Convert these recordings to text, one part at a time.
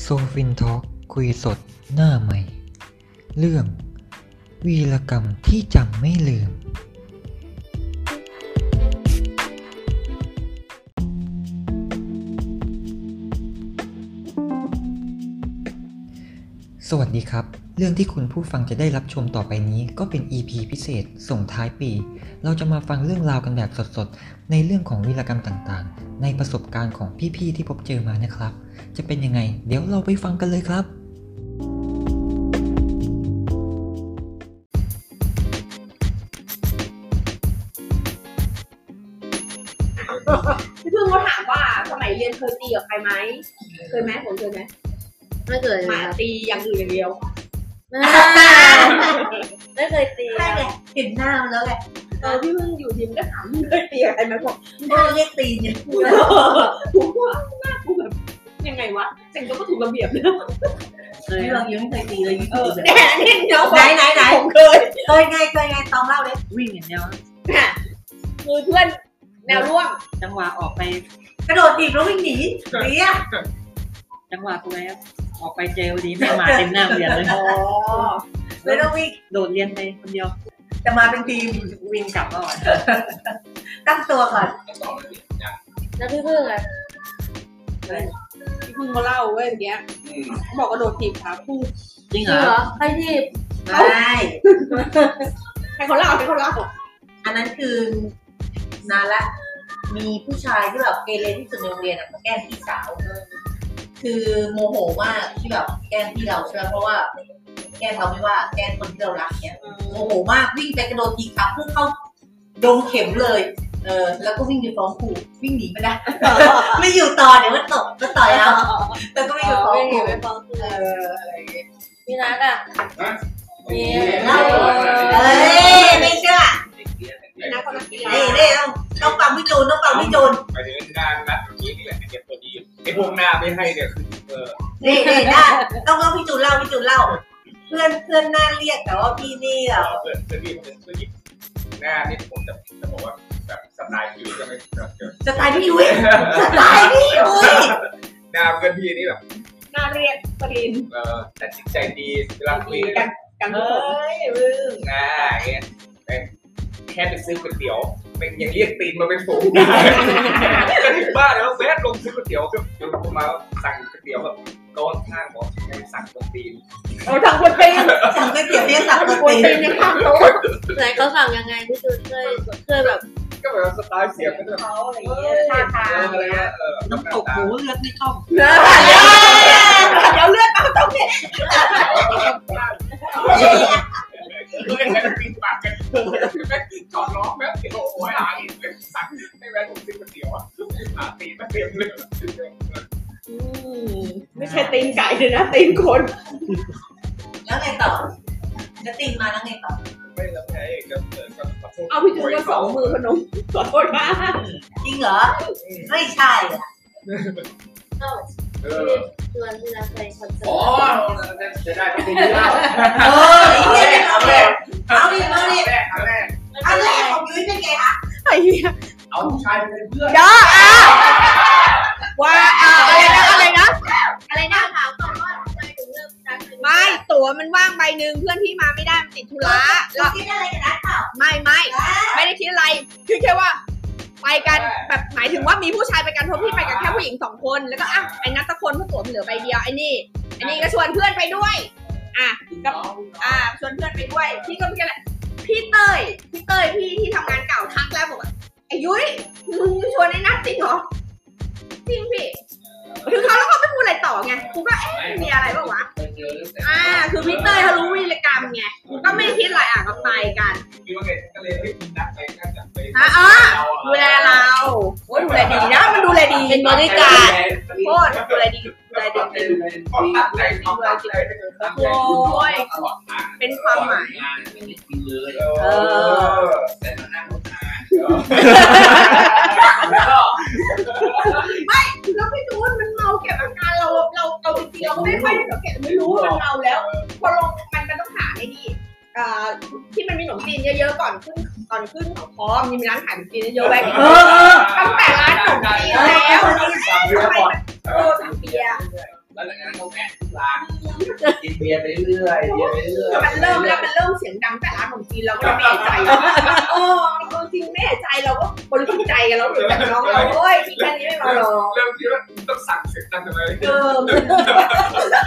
โซฟินทอล์กคุยสดหน้าใหม่ เรื่อง วีรกรรมที่จำไม่ลืม สวัสดีครับ เรื่องที่คุณผู้ฟังจะได้รับชมต่อไปนี้ ก็เป็น EP พิเศษ ส่งท้ายปี เราจะมาฟังเรื่องราวกันแบบสดๆ ในเรื่องของวีรกรรมต่างๆ ในประสบการณ์ของพี่ๆที่พบเจอมานะครับ จะเป็นยังไง เดี๋ยวเราไปฟังกันเลยครับ พี่เพิ่งเขาถามว่าสมัยเรียนเคยตีกับใครไหม เคยไหมผมเคยไหม ไม่เคย ห ค มา รับ ตีอย่างอื่นอย่างเดียว ไม่เคยตี ใช่ไงเห็นหน้ามันแล้วไง เออพี่เพิ่งอยู่ทีมก็ถามพี่เคยตีกับใครไหมบอก หน้าเรียกตีนเนี่ย ผมว่าหน้ากูแบบยังไงวะแต่งตัวก็ถูกระเบียบเลย เคย นี่เรายังไม่เคยตีเลยยิ่ง เอ ตี อ เลย แน่นิ่งเนาะ ไหนไหนไหน ผมเคย เคยไงเคยไงตองเล่าเลย วิ่งอย่างเดียว น่ะคือเพื่อนแนวร่วม จังหวะออกไป กระโดดถีบแล้ววิ่งหนีหนีอะ จังหวะตัวแล้วออกไปเจอพอดีแม่หมาเต็มหน้าเรียนเลย อ๋อ ไม่ต้องวิ่ง โดดเรียนไปคนเดียว จะมาเป็นทีม วิ่งกลับก่อน ตั้งตัวก่อน แล้วพี่เพิ่งอะพี่เพิ่งเขาเล่าเว้ยอย่างเงี้ยเขาบอกกระโดดถีบขาคู่ จริงเหรอ ใครถีบ ใช่ ให้เขาเล่าให้เขาเล่า อันนั้นคือนานละ มีผู้ชายที่แบบเกเรที่สุดในโรงเรียนอะมาแกล้งพี่สาว คือโมโหมากที่แบบแกล้งพี่เราใช่ไหมเพราะว่าแกล้งเราไม่ว่าแกล้งคนที่เรารักเนี่ย โมโหมากวิ่งไปกระโดดทีขาพุ่งเข้าดงเข็มเลย เออ แล้วก็วิ่งไปฟ้องครูวิ่งหนีไม่ได้ ไม่อยู่ต่อเดี๋ยวมันตกก็ต่อยเอาแต่ก็ไม่อยู่ฟ้องครูเออ พี่นัทอ่ะนี่ เล่าเอ้ยไม่เชื่อ พี่นัทคนนักกีฬา นี่นี่ต้องต้องฟังพี่จูนต้องฟังพี่จูน หมายถึงการนัดแบบนี้นี่แหละเก็บตัวดีอยู่ไอ้พวกหน้าไม่ให้เนี่ยคือเออ นี่นี่ได้ต้องต้องพี่จูนเล่าพี่จูนเล่า เพื่อนเพื่อนหน้าเรียกแต่ว่าพี่นี่อ่ะ เปิดเสื้อที่เป็นเสื้อที่หน้านี่ผมจะจะบอกว่าแบบสไตล์พี่จะไม่แบบเจอ สไตล์พี่ยุ้ยสไตล์พี่ยุ้ย หน้าเพื่อนพี่นี่แบบ หน้าเรียกประดิน เออแต่จิตใจดีเวลาคุยกัน กัน เอ ทุกคน้ ยมึงหน้าอย่างเงี้ยแต่แค่ไปซื้อก๋วยเตี๋ยวมันยังเรียกตีนมาเป็นฝูงจะถึงบ้านแล้วแวะลงซื้อก๋วยเตี๋ยวคือผมมาสั่งก๋วยเตี๋ยวแบบโต๊ะข้างบอกให้สั่งก๋วยเตี๋ยว เราทางคนตีน สั่งก๋วยเตี๋ยวเนี่ยสั่งก๋วย คน เตี๋ยว ตีนยังทางโต๊ะ ไหนเขาสั่งยังไงพี่จูนเคยเคยแบบ ก็แบบว่าสไตล์เสียงก็แบบ เขาอะไร เอ เงี้ย อ ท่าทาง อะ อะไร ไร เงี้ เงี้ ย ย เออ น้ำตกหูเลือดไม่เข้า เดี๋ยวเลือดเอาตรงนี้ ไม่ได้ปิดปากกันแม่จอดล้อแม่เดี๋ยวโอ้ยหายสั่งให้แม่ผมซื้อก๋วยเตี๋ยวอ่ะหาตีมาเต็มเลย ไม่ใช่ตีนไก่เลยนะตีนคน แล้วไงต่อจะติงมาแล้วไงต่อ ไม่แล้วไงก็เกิดกับขอโทษ เอาพี่จุ๊บมาสองมือพนมขอโทษนะ จริงเหรอ ไม่ใช่อะ เออ ชวนที่รักไปคอนเสิ อ๋อ ร์ต จะได้ไม่ได้แล้ว เออไอ้เนี่ยเอาเลยเอาดิเอาดิ แรกครั้งแรก เอาแรกของยุ้ยเป็นไงคะ ไอ้เหี้ย เอาผู้ชายเป็นเพื่อน เด้ออ่ะว่าอะไรนะอะไรนะ อะไรนะถามก่อนว่าทำไมถึงเลิกรักกัน ไม่ตั๋วมันว่างใบหนึ่งเพื่อนพี่มาไม่ได้มันติดธุระ เรา แล้ว คิดอะไรกันนะเปล่า ไม่ไม่ไม่ได้คิดอะไรคือแค่ว่า ไปกันแบบหมายถึงว่ามีผู้ชายไปกันเพราะพี่ไปกับแค่ผู้หญิงสองคนแล้วก็อ่ะไอ้นัทสักคนเพราะตัวมันเหลือใบเดียวไอ้นี่ไอ้นี่ก็ชวนเพื่อนไปด้วย อ่ะกับอ่ะชวนเพื่อนไปด้วย พี่ก็พี่ก็เลยพี่เต้ยพี่เต้ยพี่ที่ทำงานเก่าทักแล้วบอกว่าไอ้ยุ้ยมึงชวนไอ้นัทจริงเหรอจริงพี่คือเขาแล้วเขาไม่พูดอะไรต่อไงกูก็เอ๊ะมีอะไรบ้างวะอ่าคือพี่เต้ยเขารู้วีรกรรมไงก็ไม่ได้คิดอะไรอ่ะก็ไปกัน คิดว่าไงก็เลยเฮ้ยคุณนัดไปก็จะไป อ่ะเออดูแลเราโอ้ยดูแลดีนะมันดูแลดี เป็นบริการ โคตรดูแลดีดูแลดี ตั้งใจทำตั้งใจตั้งใจตลอดทาง เป็นความหมาย งานไม่ได้กินเลย เออ แต่มานั่งรถนาน แล้วไม่รู้ว่ามันเมาเก็บอาการเราเราเราจริงๆเราก็ไม่ค่อยได้สังเกตไม่รู้ว่ามันเมาแล้ว พอลงมันก็ต้องหาไอ้นี่เอ่อที่มันมีขนมจีนเยอะๆก่อนขึ้นก่อนขึ้นของพร้อมมีร้านขายขนมจีนเยอะๆแวะกินตั้งแต่ร้านขนมจีนแล้ว สามเดือน ทำไม ก่อน มันเออถังเบียร์ แล้วหลังจากนั้นก็แพ้ เรียนไปเรื่อยเรียนไปเรื่อย มันเริ่มแล้วมันเริ่มเสียงดังแต่ร้านขนมจีนเราก็ไม่เอะใจเออเราจริงไม่เอะใจเราก็คนรู้ใจกันแล้วหรือแบบน้องเราเอ้ยพี่แค่นี้ไม่มาหรอก เริ่มคิดว่าต้องสั่งเสียงดังทำไม เออ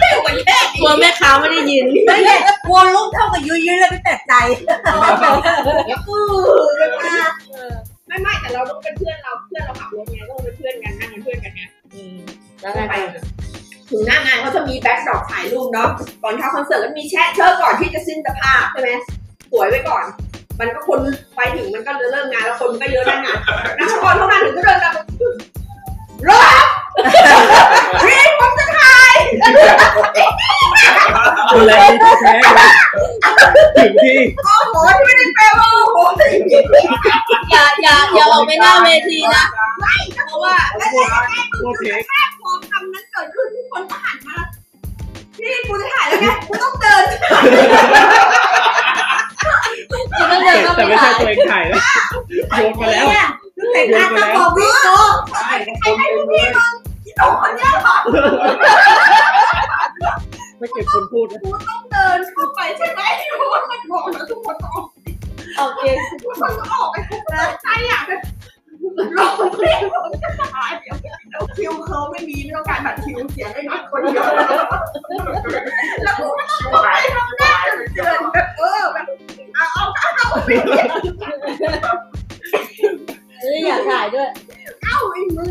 เร็วกว่าแค่ กลัวแม่ค้าไม่ได้ยิน ไม่ใช่วอลลุ่มเท่ากับยุ้ยยุ้ยแล้วไม่แปลกใจ อือเลยมาไม่ไม่แต่เราต้องเป็นเพื่อนเราเพื่อนเราขับรถไงต้องเป็นเพื่อนกันนั่งเป็นเพื่อนกันไง แล้วไง ไปถึงหน้างานเขาจะมีแบ็คดรอปถ่ายรูปเนาะก่อนเข้าคอนเสิร์ตก็มีแชะเชอก่อนที่จะสิ้นสภาพใช่ไหมสวยไว้ก่อน มันก็คนไปถึงมันก็เริ่มงานแล้วคนก็เยอะ หน้างานนักกรเข้ามาถึงก็เดินตาม รอ รีบผมจะถ่าย ดูแลดีแท้ถึงที่ โอ้โหที่ไม่ได้แปลว่าโอ้โหจริง อย่าอย่าอย่าออกไปหน้าเวทีนะ เพราะว่าแล้วแรก โอเค แค่พอคำนั้นเกิดขึ้นทุกคนก็หันมาพี่กูจะถ่ายแล้วไงกูต้องเดิน แต่ไม่ใช่ตัวเองถ่ายแล้วโยนมาแล้ว เนี่ยแต่งหน้าตาบอกพี่โต ใช่คนเดียวเลย สองคนเนี่ยเหรอ ไม่เก็บคนพูดนะ กูต้องเดินเข้าไปใช่ไหมเพราะว่ามันบอกแล้วทุกคนก็ออก โอเค ทุกคนก็ออกไปทุกคนใจอ่ะรอเรียกผมจะตายเดี๋ยวคิวเขาไม่มีไม่ต้องการบัตรคิวเสียได้นัดคนเดียวแล้วกูก็ต้องไปทำหน้าเดินเออแบบเอาเอาเอาไป ไม่อยากถ่ายด้วย เอาไอ้มึง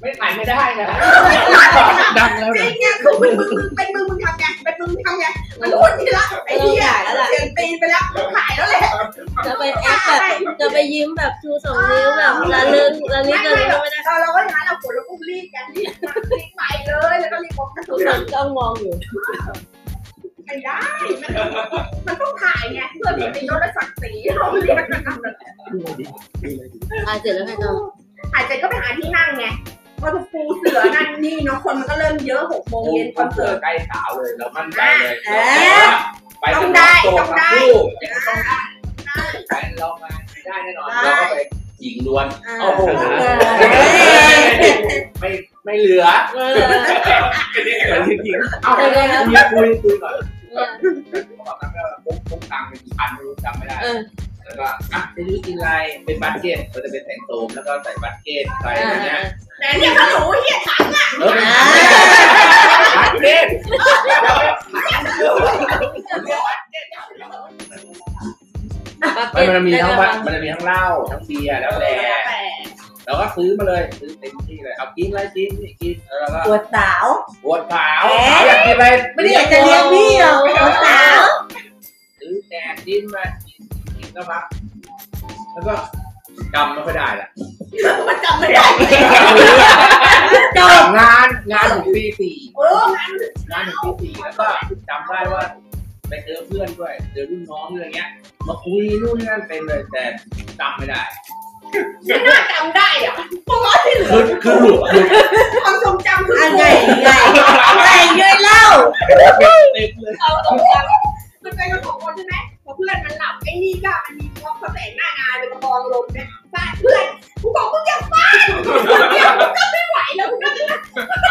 ไม่ถ่ายไม่ได้นะ ดังแล้ว จริ นะ งเนี่ยคือมึงมึงเป็นมึงมึงทำไงเป็นมึงทำไงมันรู้ทีละไอ้เหี้ยเสียงตีนไปแล้วขายแล้วแหละ จะไปแอคแบบจะไปยิ้มแบบชูสองนิ้วแบบละลึงละลิกละลิกก็ไม่ได้ เราเราก็อย่างนั้นเราปวดแล้วก็รีบกันรีบมารีบไปเลยแล้วก็รีบบอกกัน ทุกคนจ้องมองอยู่ ไม่ได้ มันมันต้องถ่ายไงเพื่อมีประโยชน์และศักดิ์ศรีเราเรียกกันนั่นแหละ อ่าเสร็จแล้วไงต่อ ถ่ายเสร็จก็ไปหาที่นั่งไงก็จะปูเสือนั่นนี่เนาะคนมันก็เริ่มเยอะหกโมง โอ้ เย็นค คอ อน น เสิ เสิ ร์ ร์ ต ตใกล้สาวเลยเรามั่นใจเลย อ่ะเอ๊ะ ไปถึ ต้องได้ ตัว ต้องได้ ทั้คู่ยังต้องได้แฟนเรามาได้แน่นอนเราก็ไป หญิงล้วน อ่า โอ้โห เออ ไม่ไม่เหลือ เออ ไม่เหลือจริงๆเอา เดี๋ยวนะ คุยคุยคุยก่อน เออ เขาบอกกันว่าปุ๊บปุ๊บตังค์เป็นกี่พันไม่รู้จำไม่ได้ เออ แล้วก็อ่ะจะยืดกินอะไรเป็นบัตเก็ตก็จะเป็นแสงโตมแล้วก็ใส่บัตเก็ตใส่ อ่า อะไรเงี้ย แต่เนี่ยถ้าหนูเหี้ยถัง เออวัดเด่น ปาเก็ มัน ต จะมีทั้งวัด ได้ไห มันจะมีทั้งเหล้าทั้งเบียร์แล้วแต่ แต่ เราก็ซื้อมาเลยซื้อเต็มที่เลยเอากินอะไรกินนี่กินแล้วเราก็ ปวดสาว ปวดขาวขาวอยากกินอะไร ไม่ได้อยากจะเลี้ยงพี่หรอกปวดสาว ซื้อแจกกินมากินกินแล้วพักแล้วก็จำไม่ค่อยได้ละ มันจำไม่ได้ งานงานผมปีสี่ โอ้ งานผมปีสี่แล้วก็จำได้ว่าไปเจอเพื่อนด้วยเจอรุ่นน้องอะไรเงี้ยมาคุยนู่นนี่นั่นเต็มเลยแต่จำไม่ได้ ยน่าจำได้อ่ะเพราะว่าที่เหลื คือ อ คือหลุดหลุด ความทรงจำคือ อะไรไงอะไรเยอะเล่า เต็มเลย เอาตรงกันมันเป็นกันสองคนใช่ไหมพอเพื่อนมันหลับไอ้นี่ก็มันมีพวกเขาแต่งหน้างานเป็นกระบองลมเนี่ยฟาดเพื่อนกูบอกมึงอย่าฟาดมึงก็ไม่ไหวแล้วมึงก็เนี่ย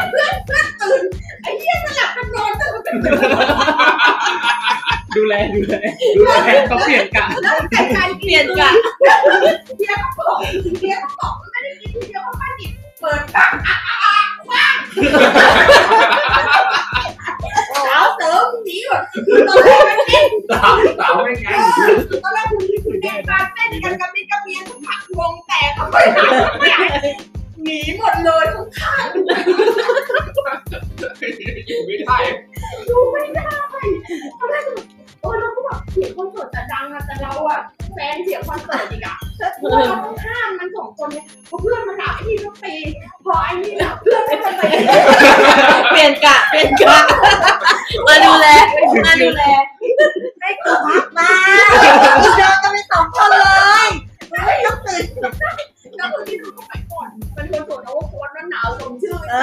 เพื่อนเพื่อนตื่นไอ้เหี้ยมันหลับมันนอนตื่นมันตื่น ดูแลดูแลดูแลเขาเปลี่ยนกะ แล้วมันแต่งการเปลี่ยนกันเดียวก็บอกเดียวก็บอกมันไม่ได้กินทีเดียวก็ฟาดอีกเปิดปากอ่ะอ่ะอ่ะว่างสาวเสริมหนีหมดคือตอนแรกมันเล่น สาวสาวไม่ไง ตอนแรกคุณคิดคุณแดงมาเต้นกันกับนี่กับเมียถึงผักวงแตกก็ไม่ได้ไม่ได้หนีหมดเลยทุกข้าง อยู่ไม่ได้ ดูไม่ได้ตอนแรกแบบโอ้เราก็แบบเสียงคอนเสิร์ตจะดังอะแต่เราอะแฟนเสียงคอนเสิร์ตอีกอะแล้วเพื่อนเราต้องห้ามมันสองคนเนี่ยเพราะเพื่อนมันหลับไอ้นี่ก็ตีพอไอ้นี่หลับเพื่อนไม่เป็นไร มเปลี่ยนกะ เปลี่ยนกะ มาดูแล มาดูแล ได้กูพักมากูเดินกันไปสองคนเลยไม่ต้องตื่น แล้วคนที่ดูเข้าไปก่อนเป็นคนโสดเอาว่าโค้ดนั่นหนาวสมชื่อ เอ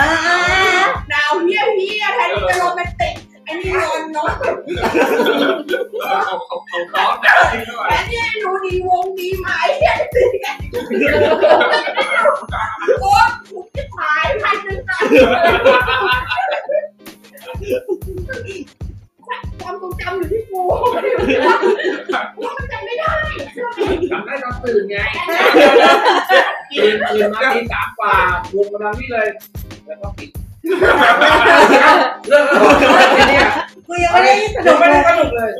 อ หนาวเฮี้ยเฮี้ยแทนที่จะโรแมนติกไอ้นี่นอนเนาะ เขาเขาเขาร้องแต่จริงหน่อย แม่เนี่ยดูดีวงดีไหมเนี่ยดูดีกันโอ้ยถูกที่หายพันหนึ่งนะใช่ มันเป็นไม่ได้ จำได้ตอนตื่นไงตื่นตื่นมาตีสามกว่าบุกมาทางนี่เลย แล้วก็ปิดเลิกแล้วเนี่ย กูยังไม่ได้สนุก ไม่ เลยได้สนุกเลย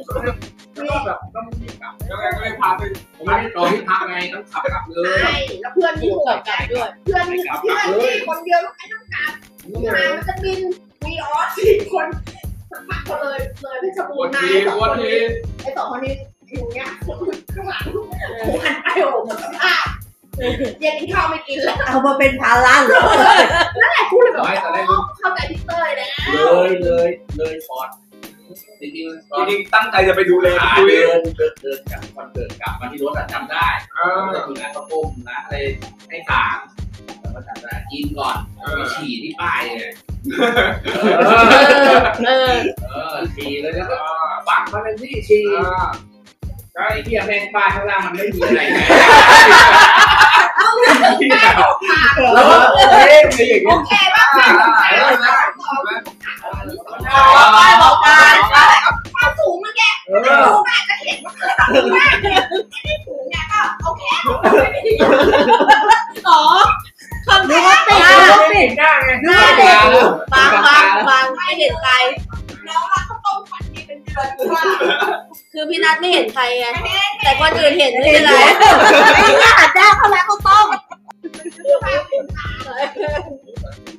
แล้วก็แบบต้องรีบกลับแล้วก็เลยพาไปผมไม่ได้รอที่พักไงต้องขับกลับเลย ใช่แล้วเพื่อนที่ถูกกลับด้วย เพื่อนที่เพื่อนที่คนเดียวแล้วไม่ต้องกลับหามันจะบินมีออสสี่คนสักพักเขาเลยเลยเพชรบูรณ์มาไอ้สองคนนี้ไอ้สองคนนี้อยู่เนี้ยข้างหลังกูหันไปโอ้โหมันสภาพเย็นกินข้าวไม่กินแล้ว เอามาเป็นภาระเหรอ แต่กูเลยแบบ ไม่แต่แรก อ๋อเข้าใจพี่เต้ยแล้ว เลยเลยเลยช็อตจริงๆตอนนี้ตั้งใจจะไปดูเลยขาเดินเดินเดินกลับคอนเดินกลับมาที่รถอะจำได้จะถึงร้านข้าวต้มร้านอะไรให้ต่างแล้วก็จำได้กินก่อนแล้วฉี่ที่ป้ายเลย เออ เออฉี่เลยแล้วก็ปักมาเลยที่ฉี่ก็ไอ้เหี้ยแม่งป้ายข้างล่างมันไม่มีอะไรไงแล้วก็เอ๊ะอะไรอย่าง โอ เงี้ย เคป่ะค่ะ บอกป้ายบอกป้าย ความสูงเมื่อกี้ เอ ถ้า อ สูงอาจจะเห็นว่าเธอสูงมากไม่ได้สูงไงก็โอเคอ๋อคอนเทนต์ ติดก็ติด หน้าไง หน้าเด็ก บางบางบางไม่เห็นใคร น้องรักข้าวต้มผัดนี่เป็นเดือนว่า คือพี่นัทไม่เห็นใครไง แต่คนอื่นเห็นไม่เป็นไร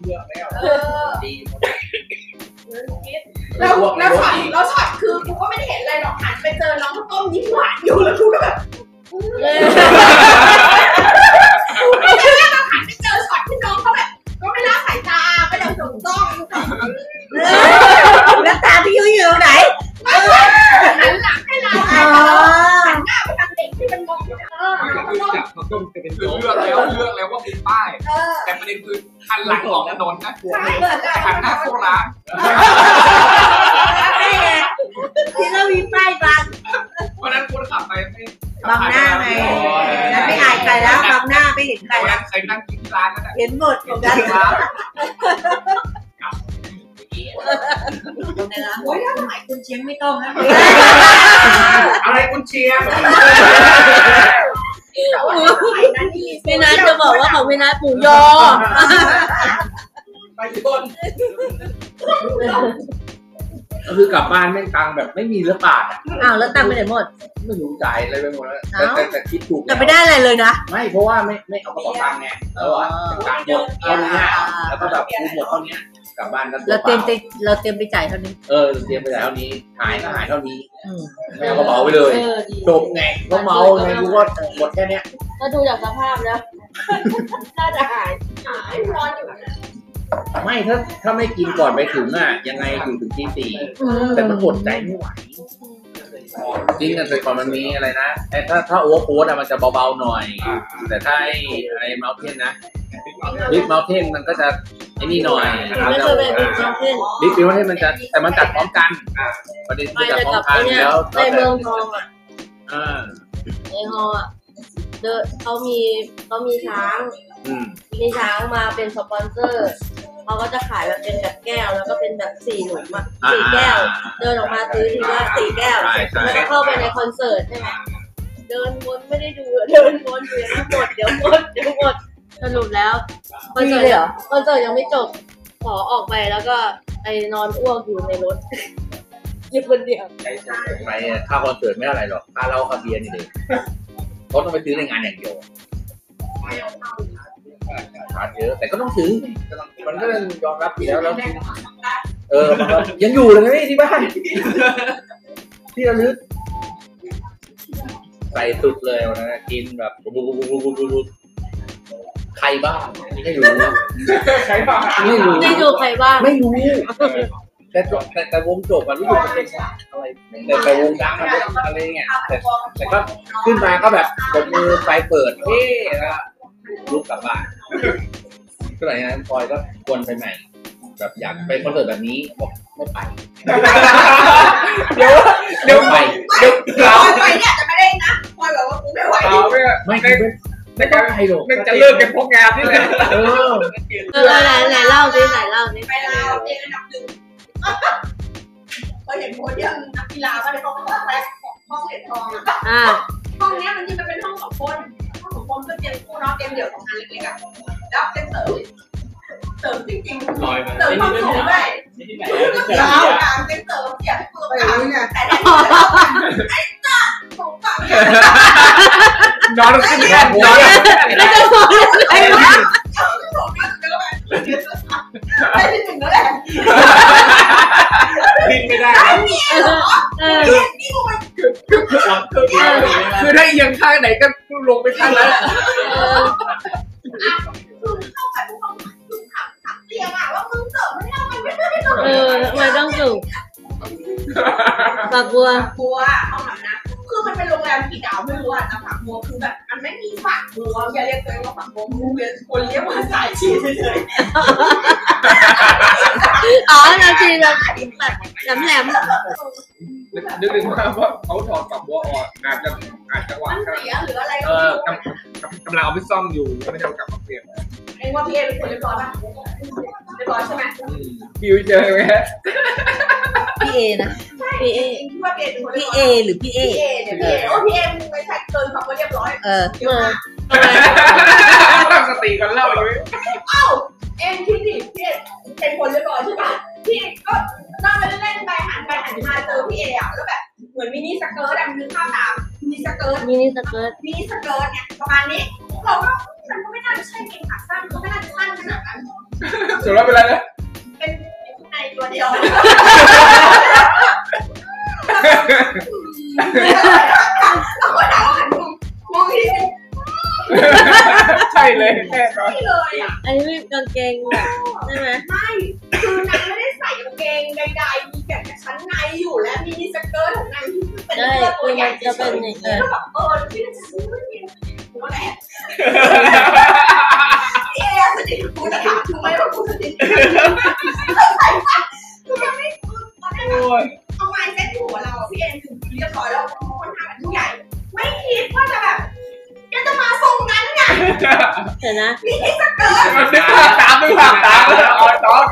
เลือกแล้ว เออ ดี แล้วแล้วช็อตแล้วช็อตคือกูก็ไม่ได้เห็นอะไรหรอกหันไปเจอน้องข้าวต้มยิ้มหวานอยู่แล้วกูก็แบบ เออ กูไม่ได้เรื่องเราหันไปเจอช็อตที่น้องเขาแบบก็ไม่ละสายตาไม่ได้สงจ้อง แล้วตาพี่ยุ้ยอยู่ตรงไหน หันหลังให้เรา อ๋อ หันหน้าไปทางเด็กที่มันมองอยู่เออ จั บเขาต้มจะเป็นเลือกแล้วเลือกแล้วว่าเป็นป้าย เออ แต่ประเด็นคือคันหลังของถนนนะ ใช่เปิดได้ คันหน้าโคราช ไม่ไงที่เรามีป้ายบัง เพราะนั้นคนขับไปไม่ บังหน้าไงแล้วไม่อายใครแล้วบังหน้าไม่เห็นใครใคร แล้ว นั่งใครนั่งกินที่ร้านนั่นแหละ เห็นหมดของกัน โอ้ย สมัยคุณเชียงไม่ต้องนะ อะไรคุณเชี ยร์ แต่ว่าสมัยนั้นนี่ พี่นัทจะบอกว่าของพี่นัทปู่ยอ ไปต้นก็คือกลับบ้านแม่งตังแบบไม่มีเลือบาทอ่ะ อ้าวแล้วตังค์ไปไหนหมด ไม่รู้จ่ายอะไรไปหมดแล้วแต่แต่คิดถูก แต่ไม่ได้อะไรเลยนะ ไม่เพราะว่าไม่ไม่เอากระเป๋าตังค์ไงแล้วอ่ะตังค์หมดเอาเนี้ยแล้วก็แบบกูหมดเท่าเนี้ยกลับบ้านก็ตัว เรา เป เตรียมไป ล่า เราเตรียมไปจ่ายเท่านี้ เออเตรียมไปแล้วนี้หายก็หายเท่านี้ อืม ไม่เอากระเป๋าไปเลยจบไงก็เมาไงกูก็หมดแค่เนี้ย ก็ดูจากสภาพแล้วน่าจะหาย หายนอนอยู่ ไม่ถ้าถ้าไม่กินก่อนไปถึงอ่ะยังไงอยู่ถึงที่สี่แต่มันอดใจไม่ไหวจริงกันแต่ก่อนมันมีอะไรนะแต่ถ้าถ้าโอเวอร์โค้ดอะมันจะเบาๆหน่อย แต่ถ้าไอ้ไอ้เมาเทนนะบิ๊กเมาเทนมันก็จะไอ้นี่หน่อย ไม่เคยไปบิ๊กช็อปเล่น บิ๊กบิ๊กเมาเทนมันจะแต่มันจัดพร้อมกันประเด็น ไป คือจัด แต่ พร้อ กั ม บ กั ไอ้ นแล้วแล้วแต่เนี่ยในเมืองทองอ่ะ อ่า ในฮอลล์อ่ะเดอะเขามีเขามีช้าง อืม มีช้างมาเป็นสปอนเซอร์เขาก็จะขายแบบเป็นแบบแก้วแล้วก็เป็นแบบสี่หนุ่มอะสี่แก้ว เดินออกมาซื้อทีละสี่แก้ว ใช่ใช่ แล้วก็เข้าไปในคอนเสิร์ตใช่ไหมเดินวนไม่ได้ดูเดินวนอยู่อย่างนั้นหมดเดี๋ยวหมดเดี๋ยวหมดสรุปแล้วคอนเสิร์ต มีเลยเหรอ คอนเสิร์ตยังไม่จบขอออกไปแล้วก็ไปนอนอ้วกอยู่ในรถ อยู่คนเดียว ไปค่าคอนเสิร์ตไม่เท่าไหร่หรอกค่าเหล้าค่าเบียร์นี่เลยเขาต้องไปซื้อในงานอย่างเดียวชาร์จเยอะแต่ก็ต้องซื้อมันก็เลยยอมรับอยู่แล้วแล้วเออมันก็ยังอยู่เลยนะพี่ที่บ้านที่ระลึกใส่สุดเลยวันนั้นนะกินแบบบุบบุบบุบบุบบุบบุบใครบ้างไม่รู้ ใครบอกอ่ะ ไม่รู้ ได้ดูใครบ้าง ไม่รู้แต่จบแต่แต่วงจบมันรู้สึกมันเป็นอะไรแต่แต่วงดังมันเป็นอะไรเงี้ยแต่ แต่ก็ขึ้นมาก็แบบกดมือไฟเปิดเฮ้แล้วก็ลุกกลับบ้านก็หลังจากนั้นพลอยก็กวนไปใหม่ แบบอยากไปคอนเสิร์ตแบบนี้บอกไม่ไป เดี๋ยว เดี๋ยวไปเดี๋ยว ตอนไปเนี่ยจะไม่ได้นะพอแบบว่ากูไม่ไหว เอาไปอ่ะ ไม่ไม่ไม่ต้องไปหรอก มันจะเลิกกันเพราะงานนี่แหละ เออ เออไหนไหนเล่าสิไหนเล่าสิ ไปลาวเรียนอันดับหนึ่งเคยเห็นโพเดียมนักกีฬาป่ะในกองทัพแรก ห้องเหรียญทองอะ อ่า ห้องเนี้ยมันจริงๆมันเป็นห้องสองคนห้องสองคนก็เตียงคู่เนาะเตียงเดี่ยวสองอันเล็กๆอ่ะแล้วเตียงเสริมเสริมจริงๆ ลอยมา เสริมความสูงด้วยก็เสียงกลางเตียงเสริมเสียงตัวกลางแต่ได้เสริมไอ้จ้าสูงกว่าเนี่ย นอนขึ้นแท่นนอน แล้วจะสอนอะไรวะ สูงสูงมากเกินไปได้ที่หนึ่งแล้วแหละ ดิ้นไม่ได้ เออเออ คือถ้าเอียงข้างไหนก็ลงไปข้างนั้น คือเข้าไปพวกเขาคือถามถามเตียงอ่ะว่ามึงเสริมไม่เท่ากันไม่ได้ เออทำไมต้องสูงฝักบัว บัวห้องน้ำนะคือมันเป็นโรงแรมกี่ดาวไม่รู้อ่ะแต่ฝักบัวคือแบบมันไม่มีฝักบัวอย่าเรียกตัวเองว่าฝักบัวมึงเรียนคนเรียกว่าสายชีเฉย อ๋อนาทีแบบแบบแหลม นึกถึงว่าเขาถอดกับบัวอ่อนอาจจะอาจจะหวา มัน นเสียหรืออะไร เอ ก็ไม่ อ รู้ กำกำลังเอาไปซ่อมอยู่ไม่ได้กลับมาเปลี่ยน เองว่าพี่เอเป็นคนเรียบร้อยป่ะเรียบร้อยใช่ไหม ฟิวเจอไหม พี่เอนะ พี่เอ เองคิดว่าพี่เอเป็นคนเรี พี่ ยบ เอ ร้อย หรือพี่เอ พี่เอเนี่ยพี่เอโอ้พี่เอมึงไปใช้เกินคำว่าเรียบร้อย เออ เยอะมาก ตั้งสติกันเล่าเลย เอ้าเองคิดดิพี่เอเป็นคนเรียบร้อยใช่ป่ะพี่เอก็นั่งเล่นๆไปหันไปหันมาเจอพี่เออ่ะแล้วแบบเหมือนมินิสเกิร์ตอะมินิข้าวตามมินิสเกิร์ต มินิสเกิร์ต มินิสเกิร์ตเนี่ยประมาณนี้เราก็มันก็ไม่น่าจะใช่เกงขาสั้นก็ไม่น่าจะสั้นขนาดนั้น สุดแล้วเป็นไรนะ เป็นข้างในตัวเดียว แล้วคนเราหันมองมองที่ ใช่เลยแน่นอน นี่เลยอ่ะ อันนี้เป็นกางเกงแบบใช่ไหม ไม่คือนางไม่ได้ใส่กางเกงใดๆมีแต่ชั้นในอยู่และมีนิสเกิร์ตของนางที่เป็น ได้ เสื้อตั คื ว อ ใหญ่ มันจะเป็นอย่างเออ ก็แบบเออที่นั่นซื้อไม่มีหัวแหลกเอ๊ะสนิทกูจะถามกูไหมว่ากูสนิทใส่ปะคือมันไม่คือตอนแรก โอ้ย เอาไม้เซ็ตหัวเราอะพี่เอ็นถึงเรียบร้อยแล้วคนทำเป็นผู้ใหญ่ ไม่คิดว่าจะแบบยังจะมาทรงนั้นไง เห็นนะ นี่ที่สเกิร์ต มันนึกภาพตามนึกภาพตามแล้วอ๋อตอน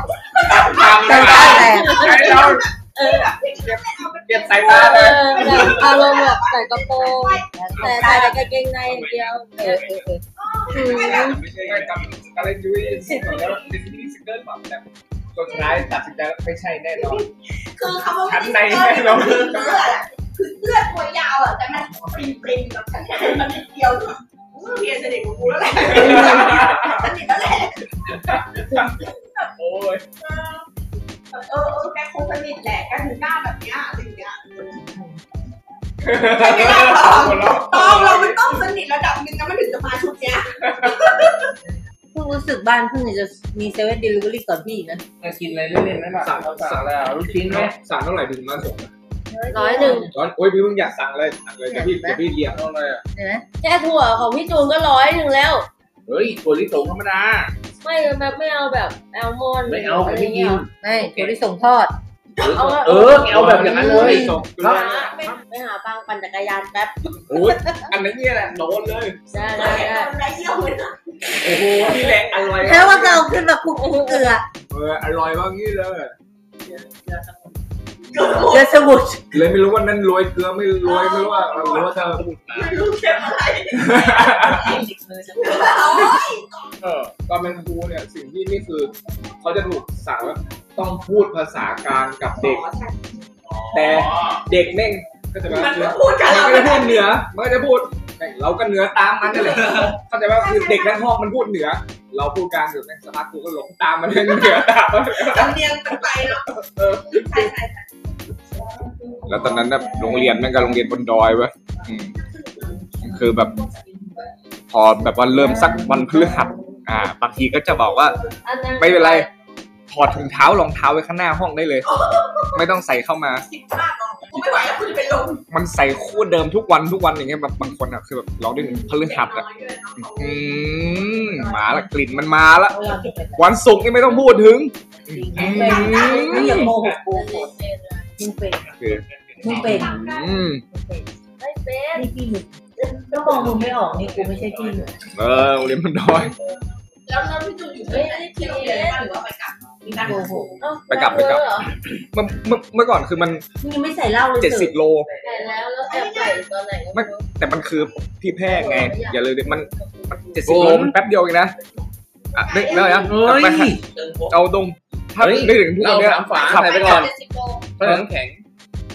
ตามตาม แต่ ตามใช่แล้ว เออ แบบที่จะไม่เอาเป็น เปลี่ยนสายตาเลย แบบอารมณ์แบบใส่กระโปรงแต่ใส่แต่กางเกงในอย่างเดียวเออเออเอออืม ไม่แบบไม่ใช่กับอะไรยุ้ยสิบแล้วดิสนีย์ซิงเกิลแบบแบบสุดท้ายตัดสินใจแล้วไม่ใช่แน่นอน คือคำว่า ชั้นใน เ แน่นอน สื้อคือเสื้อตัวยาวอ่ะแต่มันปริมปริมๆแบบชั้นในมันนิดเดียวเท่านั้นอุ๊ยพี่เอ็นสนิทกับกูแล้วแหละสนิทแล้วแหละ โอ้ย เออเออแกคงสนิทแหละแกถึงกล้าแบบเนี้ยอะไรอย่างเงี้ยต้องเรามันต้องสนิทระดับหนึ่งนะมันถึงจะมาชุดเนี้ย เพิ่งรู้สึกบ้านเพิ่งจะมีเซเว่นเดลิเวอรี่ก่อนพี่อีกนะ มากินอะไรเล่นๆนั่นแหละ สั่งสั่งแล้วลูกชิ้นไหมสั่งเท่าไหร่ถึงมาส่ง ร้อยหนึ่ง ตอนโอ้ยพี่เพิ่งอยากสั่งเลยสั่งเลยแต่พี่แต่พี่เลี้ยงต้องเลย เห็นไหมแค่ถั่วของพี่จูนก็ร้อยหนึ่งแล้ว เฮ้ยตัวลิสงธรรมดา ไม่แบบไม่เอาแบบแอลมอนด์ ไม่เอา หรืะร ไม่กิน เงี้ยไม่ถั่วลิสงทอด เอา เออเอาแบบอย่างนั้นเลย ส่ง ไปหาไปหาปังปั่นจักรยานแป๊บ โอ้ย อันนั้นเนี่ยแหละโดนเลย ได้ ไม่ ได้ ได้ไม่ได้ได้เที่ยวเลยนะ โอ้โหนี่แหละอร่อย แค่ว่าจะเอาขึ้นมาคลุกเกลือ เอออร่อยมากนี่เลย เกลือสมุน เลยไม่รู้ว่านั่นรวยเกลือไม่รวยไม่รู้ว่าหรือว่าเธอ ไม่รู้เทียบอะไร เออตอนเป็นครูเนี่ยสิ่งที่นี่คือเขาจะถูกสั่งว่าต้องพูดภาษากลางกับเด็ก แต่เด็กแม่งก็จะแบบ มัน เนื้ ก็ อ พูดกับ มัน เรา ก็จะพูดเหนือ มันก็จะพูดแม่งเราก็เหนือตามมันนั่ นแหละเข้าใจว่าคือเด็กทั้งห้องมันพูดเหนือ เราพูดกลางอยู่แม่งสมาร์ทกูก็หลงตามมันเลยเหนือตามมัน สำเนียงกันไปเนาะใช่ใช่ใช่ แล้วตอนนั้นโรงเรียนนั่นก็โรงเรียนบนดอยเว้ยคือแบบ พอแบบว่าเริ่มสักวันพฤหัสอ่าบางทีก็จะบอกว่า อันนั้น ไม่เป็นไร ถอดถุงเท้ารองเท้าไว้ข้างหน้าห้องได้เลย ไม่ต้องใส่เข้ามา คิดมากเนาะกูไม่ไหวแล้วกูจะเป็นลม มันใส่คู่เดิมทุกวันทุกวันอย่างเงี้ยแบบบางคนอะคือแบบเราได้ถึงพฤหัสอะ น้อยด้วยเนาะ อืมมาละกลิ่นมันมาละวันศุกร์นี่ไม่ต้องพูดถึงอื ไม่อย่าโมโหกู มึงเป็น มึงเป็น คือ มึงเป็น อืม ไม่เป็น นี่พี่หนึ่งก็มองมึงไม่ออกนี่กูไม่ใช่พี่หนึ่ง เออโรงเรียนมันดอย แล้วแล้วพี่จูนอยู่ที่ไหนที่โรงเรียนหรือว่าไปกลับ ไป โอ้โห ไปกลับไปกลับ เหรอ เมื่อเมื่อเมื่อก่อนคือมัน นี่ไม่ใส่เหล้าเลย 70 โล ใส่แล้วแล้วแอบใส่ตอนไหนก็ไม่รู้ แต่มันคือที่แพร่ไง อย่าเลยมันมันเจ็ดสิบโลมันแป๊บเดียวเองนะอ่ะนึกได้ยัง เฮ้ย เอาตรงถ้า เฮ้ย นึกถึงพวก เรา เนี้ย สามฝา ขับ ใส่ไปก่อน เพราะฉะนั้น แข็ง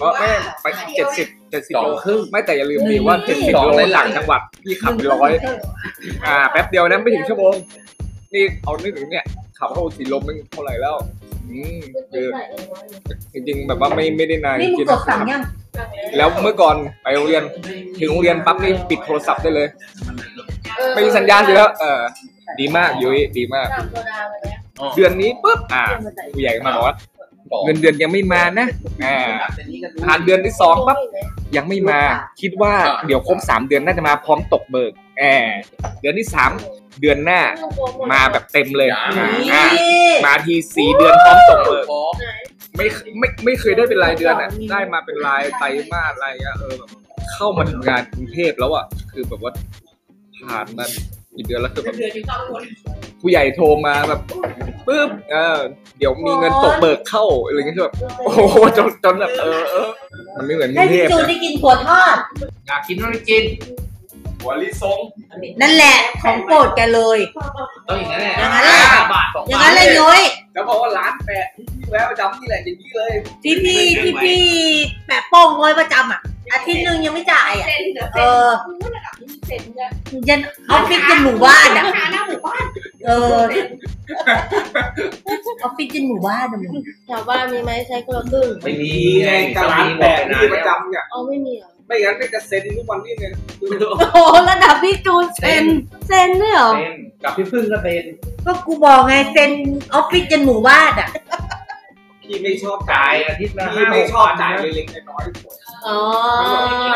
ก็ไม่ไปเจ็ดสิบเจ็ดสิบ สอง โล ครึ่ง ไม่แต่อย่าลืมดิว่าเจ็ดสิบ สอง โล ในหลัง ต่างจังหวัดพี่ขับไปร้อยอ่าแป๊บเดียวนะไม่ถึงชั่วโมงนี่เอานึกถึงเนี่ยขับเข้าสีลมมันเท่าไหร่แล้วอืมคือ ใส่เองวะ จริงๆ แบบว่าไม่ไม่ได้นานจ นี่มึง ริง กดสั่งยัง ๆแล้วเมื่อก่อนไปโรงเรียนถึงโรงเรียนปั๊บนี่ปิดโทรศัพท์ได้เลย เออ ไม่มีสัญญาณอยู่แล้วเออ ดีมากยุ้ยดีมาก สั่งโซดาอะไรเงี้ย เดือนนี้ปุ๊บอ่า เตรียมมาใส่ ผู้ใหญ่ก็มาบอกว่า บอก เงินเดือนยังไม่มานะอ่าผ่านเดือนที่สองปั๊บยังไม่มา คิดว่าเดี๋ยวครบสามเดือนน่าจะมาพร้อมตกเบิกแอบเดือนที่สามเดือนหน้ามาแบบเต็มเลยอ่าอ่ามาทีสี่เดือนพร้อมตกเบิก บอก ไม่ไม่ไม่เคยได้เป็นรายเดือนอ่ะได้มาเป็นรายไตรมาสอะไรเงี้ยเออแบบเข้ามาทำงานกรุงเทพแล้วอ่ะคือแบบว่าผ่านมากี่เดือนแล้วคือแบบ เดือนที่ต้องคน ผู้ใหญ่โทรมาแบบปึ๊บเออเดี๋ยวมีเงินตกเบิกเข้าอะไรเงี้ยคือแบบโอ้โหจนจนแบบเออเออมันไม่เหมือนก ให้ รุงเท พี่ พ จูน นะ ได้กินถั่วทอด อยากกินก็ไปกิน หัวลิซง นั่นแหละของโปรดแกเลย ต้องอย่างนั้นแหละ อย่างนั้นแหละ ห้าบาทสอง อย่าง บา นั้ ท นเลยย้อย แล้วบอกว่าร้านแปะที่แล้วจำนี่แหละอย่างนี้เลย ที่พี่ที่พี่แปะโป้งร้อยประจำอ่ะอาทิตย์หนึงยังไม่จ่ายอ่ะเออยันออฟฟิศยันหมู่บ้านอ่ะ หน้าหมู่บ้าน เออออฟฟิศยันหมู่บ้านอะมึง แถวบ้านมีไหมใช้คนละครึ่ง ไม่มี มีไงกับร้านแปะที่ประจำเนี่ย เอาไม่มีเหรอ ไม่งั้นไม่จะเซ็นทุกวันนี่ไง โอ้โหระดับพี่จูนเซ็น เซนด้วยเหรอ เป็นกับพี่พึ่งก็เป็น ก็กูบอกไงเซ็นออฟฟิศยันหมู่บ้านอ่ะ พี่ไม่ชอบ จ่า จ่ายย อาทิตย์ละ พี่ไม่ชอบจ่ายเล็กๆน้อย อ๋อ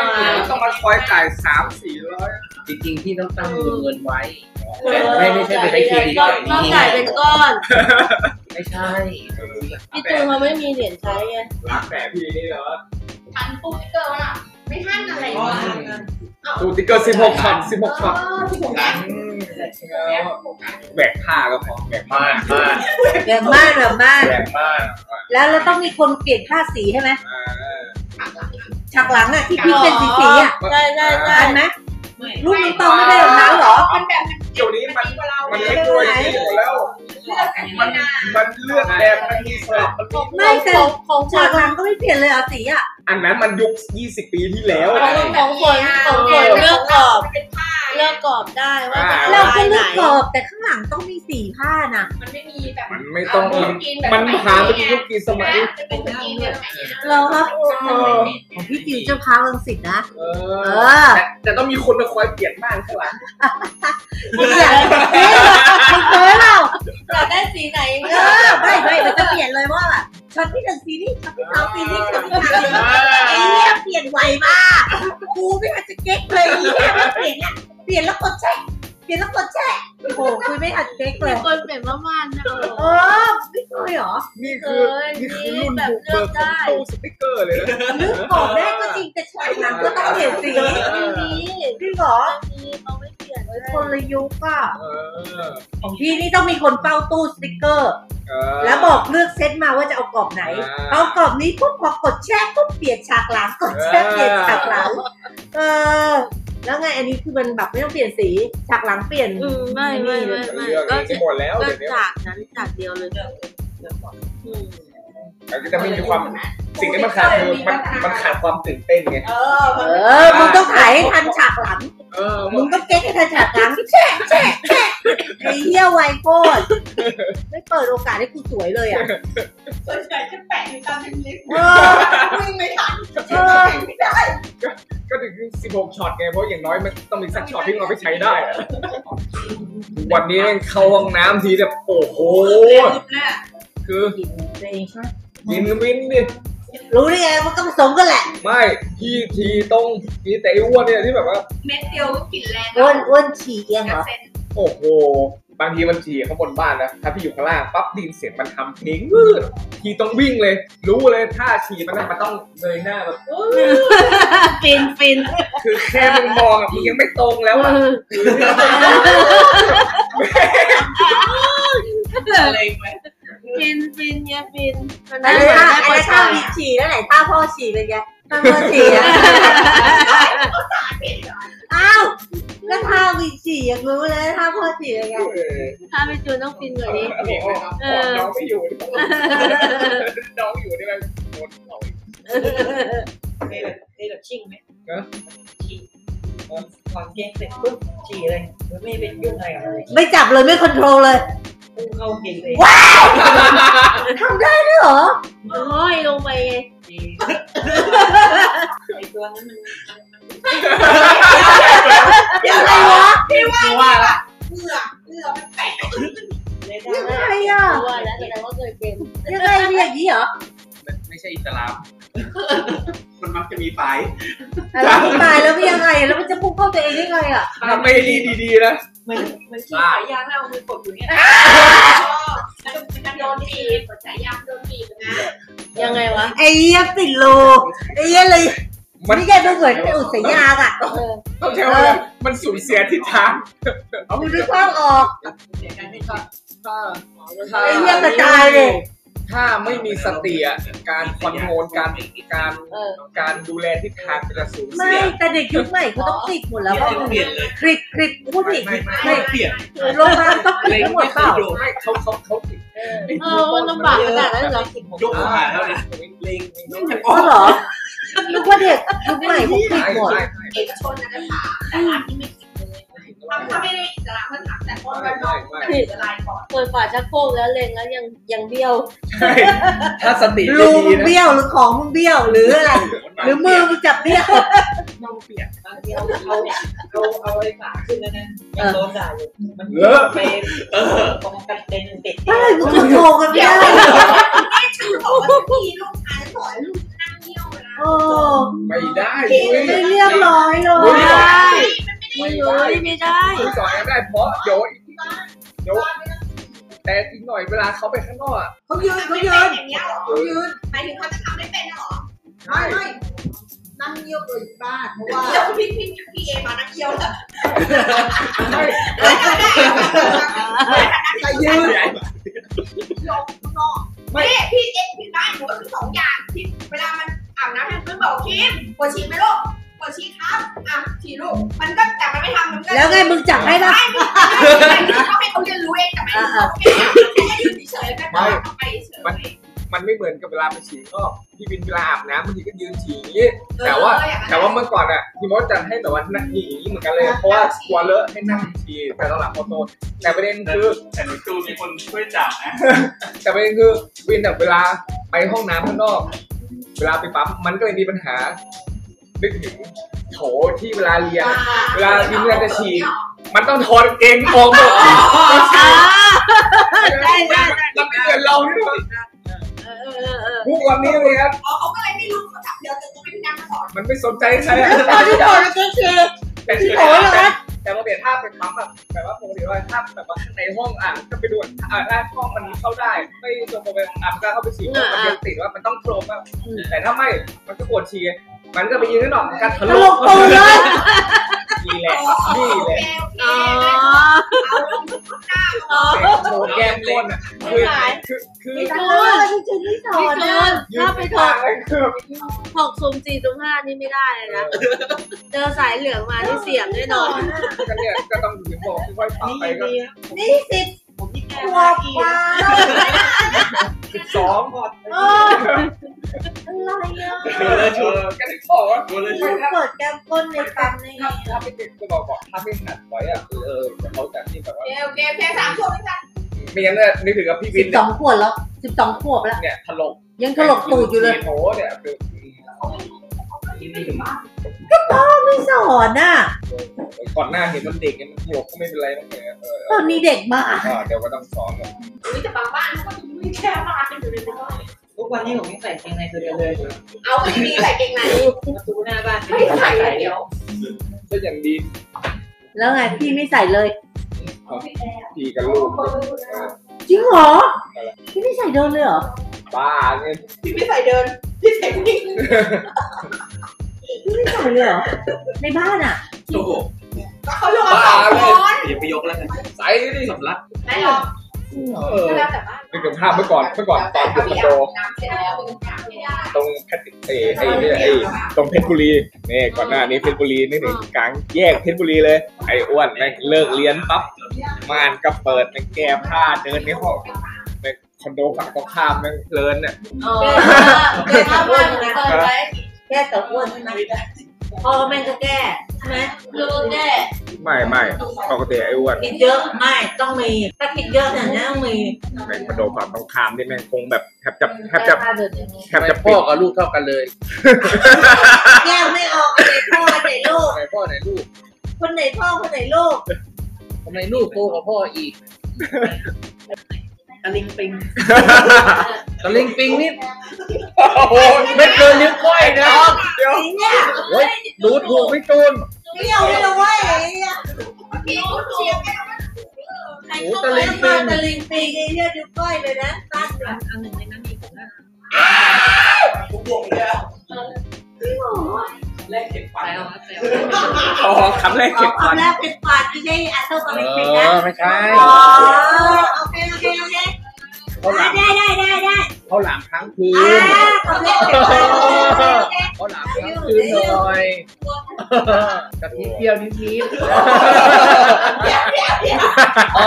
ๆต้องมาคอยจ่ายสามสี่ร้อย จริงๆพี่ต้องตั้งวงเงินไว้ แต่ไม่ไม่ใช่ไปใช้เครดิต ต้อ แบ ง บ ต้อง นี้ จ่ายเป็นก้อน ไม่ใช่ พี่จูนเขาไม่มีเหรียญใช้ไง ร้านแปะพี่นี่เหรอ ทันปุ๊บเกิดว่ะไม่ทันอะไรวะ ดูติ๊กเกอร์สิบหกคันสิบหกคัน เออที่ผม ล้างแบกผ้าก็พอแบกมาก แรงมากแรงมาก แบกมาก แล้วเราต้องมีคนเปลี่ยนค่าสีใช่ไหม อ่า ฉากหลังอ่ะที่พี่เป็นสีสีๆอ่ะ ใช่ใช่ใช่ ทันไหมลูกน้องตองไม่ได้แบบนั้นเหรอ มันแบบมัน เดี๋ยวนี้มัน ดีกว่าเรา มัน เลื เล็กด้วยที่อยู่แล้ว มันมันเลือกแดงมันมีสลับมันมี ไม่แต่ ของ ฉากหลังก็ไม่เปลี่ยนเลยเหรอสีอ่ะ อันนั้นมันยุค 20 ปีที่แล้ว ของของฝนของฝนเลือกกรอบ เป็นผ้า เลือกกรอบได้ว่าจะ เราก็ ลาย เลือไหนกกรอบแต่ข้างหลังต้องมีสีผ้านะ มันไม่มีแบบ มันไม่ต้องมันมันหาไปกี่ยุคกี่สมัย จะเป็นแบบนี้เลย เราครับของพี่จิวเจ้าค้าลังสิตนะ เอ เอ อ อ แต่แต่ต้องมีคนมาคอยเปลี่ยนบ้างข้างหลัง มึงอยากเอ๊ะมึงเคยเปล่า อยากได้สีไหน เอ ก็ อไม่ไม่มันจะเปลี่ยนเลยว่าแบบช็อตที่หนึ่งสีนี่ช็อตที่สองสีนี่ช็อตที่สามสีนี่ไอ้เนี่ยเปลี่ยนไวมากกูไม่ทันจะเก็กเลยไอ้เนี่ยมันเปลี่ยนเนี่ยเปลี่ยนแล้วกดแช่เปลี่ยนแล้วกดแช่โอ้โหคือไม่ทันเก็กเล มี ย คนเปลี่ยนมากๆนะ เออไม่เคยเหรอ นี่ เออคือนี่คือ นี่ รุ่น แบบ บุก เลือก กได้เบิของตู้สติ๊กเกอร์เลยนะ นึกออกได้ก็จริงแต่ฉากหลังก็ต้องเปลี่ยนสี ไม่มี จริงเหรอ ไม่มีเขาไม่เปลี่ยนเลย คนละยุคอ่ะ เออ ของพี่นี่ต้องมีคนเฝ้าตู้สติกเกอร์ เออ แล้วบอกเลือกเซตมาว่าจะเอากรอบไหน อ่า เอากรอบนี้ปุ๊บพอกดแช่ปุ๊บเปลี่ยนฉากหลังกดแช่เปลี่ยนฉากหลังเออแล้วไงอันนี้คือมันแบบไม่ต้องเปลี่ยนสีฉากหลังเปลี่ยน อืมไม่ไม่ไม่ไม่ เรื่อง ก็ นี้ จะ หมดแล้ว ก็ เดี๋ยวนี้ จากนั้นจากเดียวเลยอืม มันก็จะไม่มีความสิ่งที่มันขาดคือมันมันขาดความตื่นเต้นไง เออเออมึงต้องถ่ายให้ทันฉากหลัง เออ มึงต้องเก๊กให้ทันฉากหลังแช่แช่แช่ไอ้เหี้ยไวโคตรไม่เปิดโอกาสให้กูสวยเลยอ่ะ ส่วนใหญ่จะแปะอยู่ตามเป็นลิฟต์ เออ วิ่งไม่ทัน เออ ก็ถึง16ช็อตไงเพราะอย่างน้อยมันต้องมีสักช็อตที่เราไปใช้ได้อะ วันนี้แม่งเข้าห้องน้ำทีแบบโอ้โหคือ ตัวเองใช่ไหม ยินวินดิ รู้ได้ไงมันก็ผสมกันแหละ ไม่พี่ทีต้องมีแต่ไอ้อ้วนเนี่ยที่แบบว่า เม็ดเดียวก็กลิ่นแรง อ้วนอ้วนฉี่เองเหรอ เซน โอ้โห บางทีมันฉี่ข้างบนบ้านนะถ้าพี่อยู่ข้างล่างปั๊บไดยินเสียงมันทำทิ้งวืดทีต้องวิ่งเลย รู้เลยถ้าฉี่มันนะมันต้องเลยหน้าแบบ ฟินฟิน คือแค่มึงมองอะมึงยังไม่ตรงแล้วอะ อะไรไหม ฟินฟินเนี่ยฟินมัน ไอ้ ได้ ท่า ได้ ไอ้ เปิด ท่า ฉาก มีฉี่แล้วไหนท่าพ่อฉี่เป็นไงท่าพ่อฉี่อะอ้าวก็ท่ามีฉี่ยังรู้เลยท่าพ่อฉี่เป็นไง ถ้าไปจูนต้องฟินกว่านี้ น้องไม่อยู่น้องอยู่ได้ไหมหมดหน่อย นี่แบบนี่แบบชิ่งไหมชิ่งก่อนเกงเสร็จปุ๊บฉี่เลยมันไม่เป็นยุ่งอะไรกับอะไร ไม่จับเลยไม่คอนโทรลเลย พุ่งเข้าเกงเลย ทำได้ด้วยเหรอ โอ้ยลงไปไง มีไอตัวนั้นมัน อะไรวะ ว่าละ เหงื่อเหงื่อมันแตก ไม่ได้ ยังไงอ่ะ กลัวแล้วแสดงว่าเคยเป็น ยังไงมีอย่างนี้เหรอ ไม่ใช่อิสลาม มันมักจะมีไฟ แล้วมันตายแล้วมันยังไงแล้วมันจะพุ่งเข้าตัวเองได้ไงอ่ะ ทำไม่ดีดีๆนะ เหมือนเหมือนฉี่สายยางแล้วเอามือกดอยู่เนี่ย มันโดนบีบหัวใจยามโดนบีบนะ ยังไงวะ ไอ้เหี้ยติดรูไอ้เหี้ยเลย มัน นี่แกดูเหมือนอุดสายยางอ่ะ เออ ต้องใช้ว่ามันสูญเสียทิศทาง มึงดูความออก ถ้า ไอ้เหี้ยกระจายเลย ถ้าไม่มีสติอ่ะการคอนโทรลการการ เออ การดูแลทิศทางมันจะสูญ ไม่ เสีย แต่เด็กยุคใหม่เขาต้องติดหมดแล้วว่า เปลี่ยนเลย คลิกคลิกผู้หญิง ไม่คไม่ลิก เปลี่ยน โรงพยาบาลต้องติดทั้งหมดเปล่า ไม่เขาเขาเขาติด เออมันลำบากขนาดนั้นเหรอ ยกเข้ามาแล้วเนี่ย ลิงลิงลิง อ๋อเหรอนึกว่าเด็กยุคใหม่เขาติดหมด ใช่ใช่ เอกชนนะนะคะแต่ร้านที่ไม่ติดเลยทำถ้าไม่ได้อิสระก็ถามแต่คนวันนอกแต่อิสระก่อน เปิดฝาชักโครกแล้วเล็งแล้วยังยังเบี้ยว ใช่ถ้าสติไม่ รู ดี มึง นะ เบี้ยวหรือของมึงเบี้ยวหรืออะไร หรือมือมึงจับเบี้ยว น้องเปียกบางทีเอาเอาเอาเอาไอ้ขาขึ้นแล้วนะ เอ ยัง อ โดนด่าอยู่มัน เออ ไปเออตรงกันเป็นเด็ก ถ้าอะไรมึงคอนโทรลกันไม่ได้ ฉันบอกว่าพี่ลูกชายสอนลูกนั่งเที่ยวนะ โอ้ ไม่ได้ ไม่เรียบร้อยเลยไม่ได้ ไม่เลยไม่ได้ คุณสอนกันได้เพราะเดี๋ยวอีกเดี๋ยวแต่อีกหน่อยเวลาเขาไปข้างนอกอะ เขายืนเขา ไม่ ยื เป็น น อย่างเงี้ยหรอ เขายืน หมายถึงเขาจะทำไม่เป็นหรอ ใช่ นั่งเยี่ยวตัวบ้านเพราะว่า เดี๋ยวพี่พี่พี่เอมานั่งเที่ยวแล้ว ใช่ แต่ยืน ลงนอกไม่พี่เอพี่บ้านหนูก็คือสองอย่างที่เวลามันอาบน้ำมันเพิ่งบอกคิมปวดฉี่ไหมลูกปวดฉี่ครับอ่ะฉี่ลูกมันก็แต่มันไม่ทำมันก็ แล้วไงมึงจับให้ละ ไม่ไม่เขาให้เขาเรียนรู้เองแต่ไม่เขาไม่ได้อยู่เฉยๆก็ต้อไปเฉย มันไม่เหมือนกับเวลาไปฉี่ก็พี่บินเวลาอาบน้ำบางทีก็ยืนฉี่อย่างนี้ แต่ว่าแต่ว่าเมื่อก่อนอ่ะพี่มดจัดให้แต่ว่านั่งฉี่อย่างนี้เหมือนกันเลย เพราะว่ากลัวเลอะให้นั่งฉี่แต่ตอนหลังพอโตแต่ประเด็นคือ แต่หนูจูนมีคนช่วยจับนะ แต่ประเด็นคือวินแบบเวลาไปห้องน้ำข้างนอก เวลาไปปั๊มมันก็เลยมีปัญหานึกถึงโถที่เวลาเรียน เวลาวินเวลาจะฉี่มันต้องถอดกางเกงออกหมด ได้ได้ได้ มันไม่เหมือนเราที่แบบ เออเออเออ พวกวันนี้เลยครับ อ๋อเขาก็เลยไม่รู้เขาจับเดียวแต่ก็ไม่ได้นั่งก่อน มันไม่สนใจใครอะ ตอนที่โดนก็คือ แต่ที่ โถเหรอ แต่แต่ปกติถ้าไปปั๊มแบบแบบว่าปกติว่าถ้าแบบว่าข้างในห้องอ่ะก็ไปดูอ่ะหน้าห้องมันเข้าได้ ไม่ตัวโปรไปอ่ะก็เข้าไปฉี่มันยังติดว่ามันต้องโครมอ่ะแต่ถ้าไม่มันก็ปวดฉี่มันก็ไปยืนข้างนอกมันก็ทะ ต ลุ ลกปูเลย นี่แหละนี่ โอ แหละ เคโอเค อ๋อ เอาลงทุกหน้าลง โถแก้มก้นอ่ะคือคือไม่คือรู้ว่าจริงๆไม่สอ พี่ น จู นะ น ยืน ถ้าไปถ ข้าก งเลยคือ ถกสุ่มสี่สุ่มห้านี่ไม่ได้เลยนะ เจอสายเหลืองมาที่เสียงแน่นอน ก็เนี่ยก็ต้องถึงบอกค่อยๆปรับ นี่ ไป ยัง ก็ ดีนะ นี่สิบ ผมที่แก้ ขว ว่า บ อี กว่า สิบสองก่อน เอออะไรอ่ะ เออเออ ก็ถึงบอกว่า กูเลย มึงเปิดแก้มก้นในปั๊มได้ไง ถ้าถ้าไม่ติดก็บอกบอกถ้าไม่หัดไว้อะเออเขาจะที่แบบ โอ ว่า เคโอเคโอเคสามชั่วโมงจ้ะ ไม่งั้นเนี่ยนึกถึงกับพี่ สิ วิ บ น ส เนี่ อย งขวบแล้วสิบสองขวบแล้ว เนี่ยถลก ยังถลกตูดอยู่เลย โถเนี่ยคือ เขาไม่รู้เขาก็คิดไม่ถึงว่า ไม่สอนน่ะ ก่อนหน้าเห็นมันเด็กเนี่ยมันถลกก็ไม่เป็นไรมั้งเนี่ยเออ ตอนนี้เด็กมาก ก็เดี๋ยวก็ต้องสอนกัน อุ้ยแต่บางบ้านเขาก็ยังไม่แค่บ้านอยู่เลยนะ ทุกวันนี้ผมไม่ใส่เกงในตัวเดียวเลย เอาไปดีใส่เกงใน ประตูหน้าบ้าน ไม่ใส่เดี๋ยว ก็อย่างดี แล้วไงพี่ไม่ใส่เลย พี่กับลูก จริงเหรอ พี่ไม่ใส่เดินเลยเหรอ บ้าเนี่ย พี่ไม่ใส่เดินพี่ใส่วิ่ง พี่ไม่ใส่เลยเหรอ ในบ้านอ่ะ โอ้โห แล้วเขาลงมาสองคน อย่าไปยกแล้วกัน ใส่ดิ สำลัก ไม่หรอก เออ แล้วแต่บ้าน นึกถึงภาพเมื่อก่อนเมื่อก่อนตอนอยู่คอนโด น้ำเสร็จแล้วเป็นน้ำไม่ได้ ตรงแคทเอยไอ้เนี่ยไอ้ตรงเพชรบุรีนี่ก่อนหน้านี้เพชรบุรีนี่ถึงกลางแยกเพชรบุรีเลย ไอ้อ้วนแม่งเลิกเรียนปั๊บม่านก็เปิดแม่งแก้ผ้าเดินในห้องแม่งคอนโดฝั่งตรงข้ามแม่งเพลินเนี่ย เออ แก้ข้าวบ้านนะเปิดไว้ แก้แต่อ้วนใช่ไหม พ่อแม่งก็แก้ใช่ไหมลูกก็แก้ ไม่ไม่ปกติไอ้อ้วน คิ คิ ด ด เย เย อะ อะไม่ต้องมีถ้าคิดเยอะเนี่ยนะต้องมี แม่งคอนโดฝั่งตรงข้ามนี่แม่งคงแบบแทบจะแทบจะ แก้ผ้าเดินอย่างนี้ แท ทำ บ ไม จะ พ่ ปิ อ ด กับลูกเท่ากันเลย แก้ไม่ออกไหนพ่อไหนลูก ทำไมพ่อไหนลูก คนไหนพ่อคนไหนลูก ทำไมลูกโตกว่าพ่ออีก ตะลิงปิง ตะลิงปิงนี่โอ้โหไม่เกินนิ้วก้อยนะ เดี๋ยว อย่างเงี้ย โอ้ยดูถูกพี่ตูน เปรี้ยวไม่รู้ว่าอย่างเงี้ย พี่เชียร์แม่ ใครเข้าไปมาตะลิงปิงไอ้เงี้ยนิ้วก้อยเลยนะตั้งหลังอันหนึ่งในนั้นมีผมนะ กูบวกเลยอะแรกเก็บไป อ๋อคำแรก ขอ เก็บ ควา ฟั ม น แรกเป็นปาดไม่ใช่อัลโตส เอ ลิงปิงนะ อไม่ใช่ อ๋อโอเคโอเคโอเค เขาหลัง ได้ได้ได้ได้ เขาหลังครั้งคื อ่าน ขอแรกเป็นปาดโอเคโอเค เขาหลังครั้งคืนหน่อยกะทิเปรี้ยวนิดๆเอ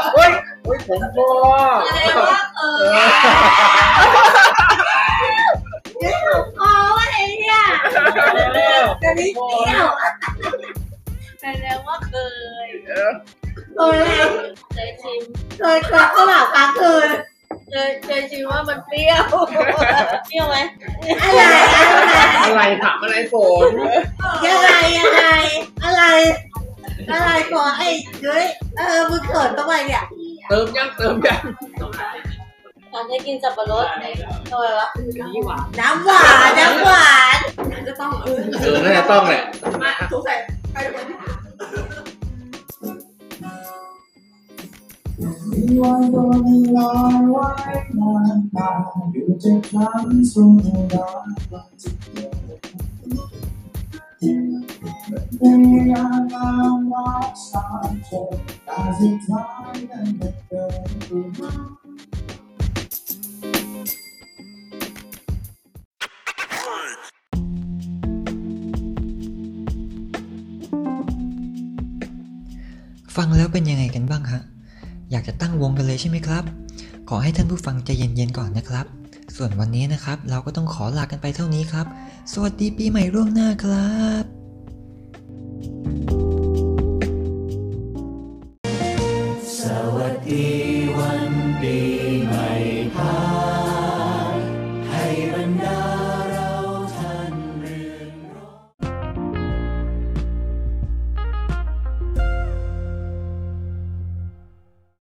อโอ้ยโอ้ยผมพ่อ อะไรวะเออโอ้ยไอ้เนี่ยจะนี่เที่ยว แสดงว่าเคย เคย เคยชิม เคยกลับก็หลับกลางคืน เคยเคยชิมว่ามันเปรี้ยวเปรี้ยวไหม อะไร อะไรถามอะไรฝน อะไรอะไรอะไร อะไรขอไอ้เฮ้ยเออมึงเขินทำไมเนี่ย เติมยังเติมยัง ตอนได้กินสับปะรดตัวอะไรวะ นี่หว่า น้ำหวานน้ำหวาน จะต้องเออ เออน่าจะต้องแหละ สงสัย ฟังแล้วเป็นยังไงกันบ้างฮะ อยากจะตั้งวงกันเลยใช่ไหมครับ ขอให้ท่านผู้ฟังใจเย็นๆก่อนนะครับ ส่วนวันนี้นะครับ เราก็ต้องขอลากันไปเท่านี้ครับ สวัสดีปีใหม่ล่วงหน้าครับ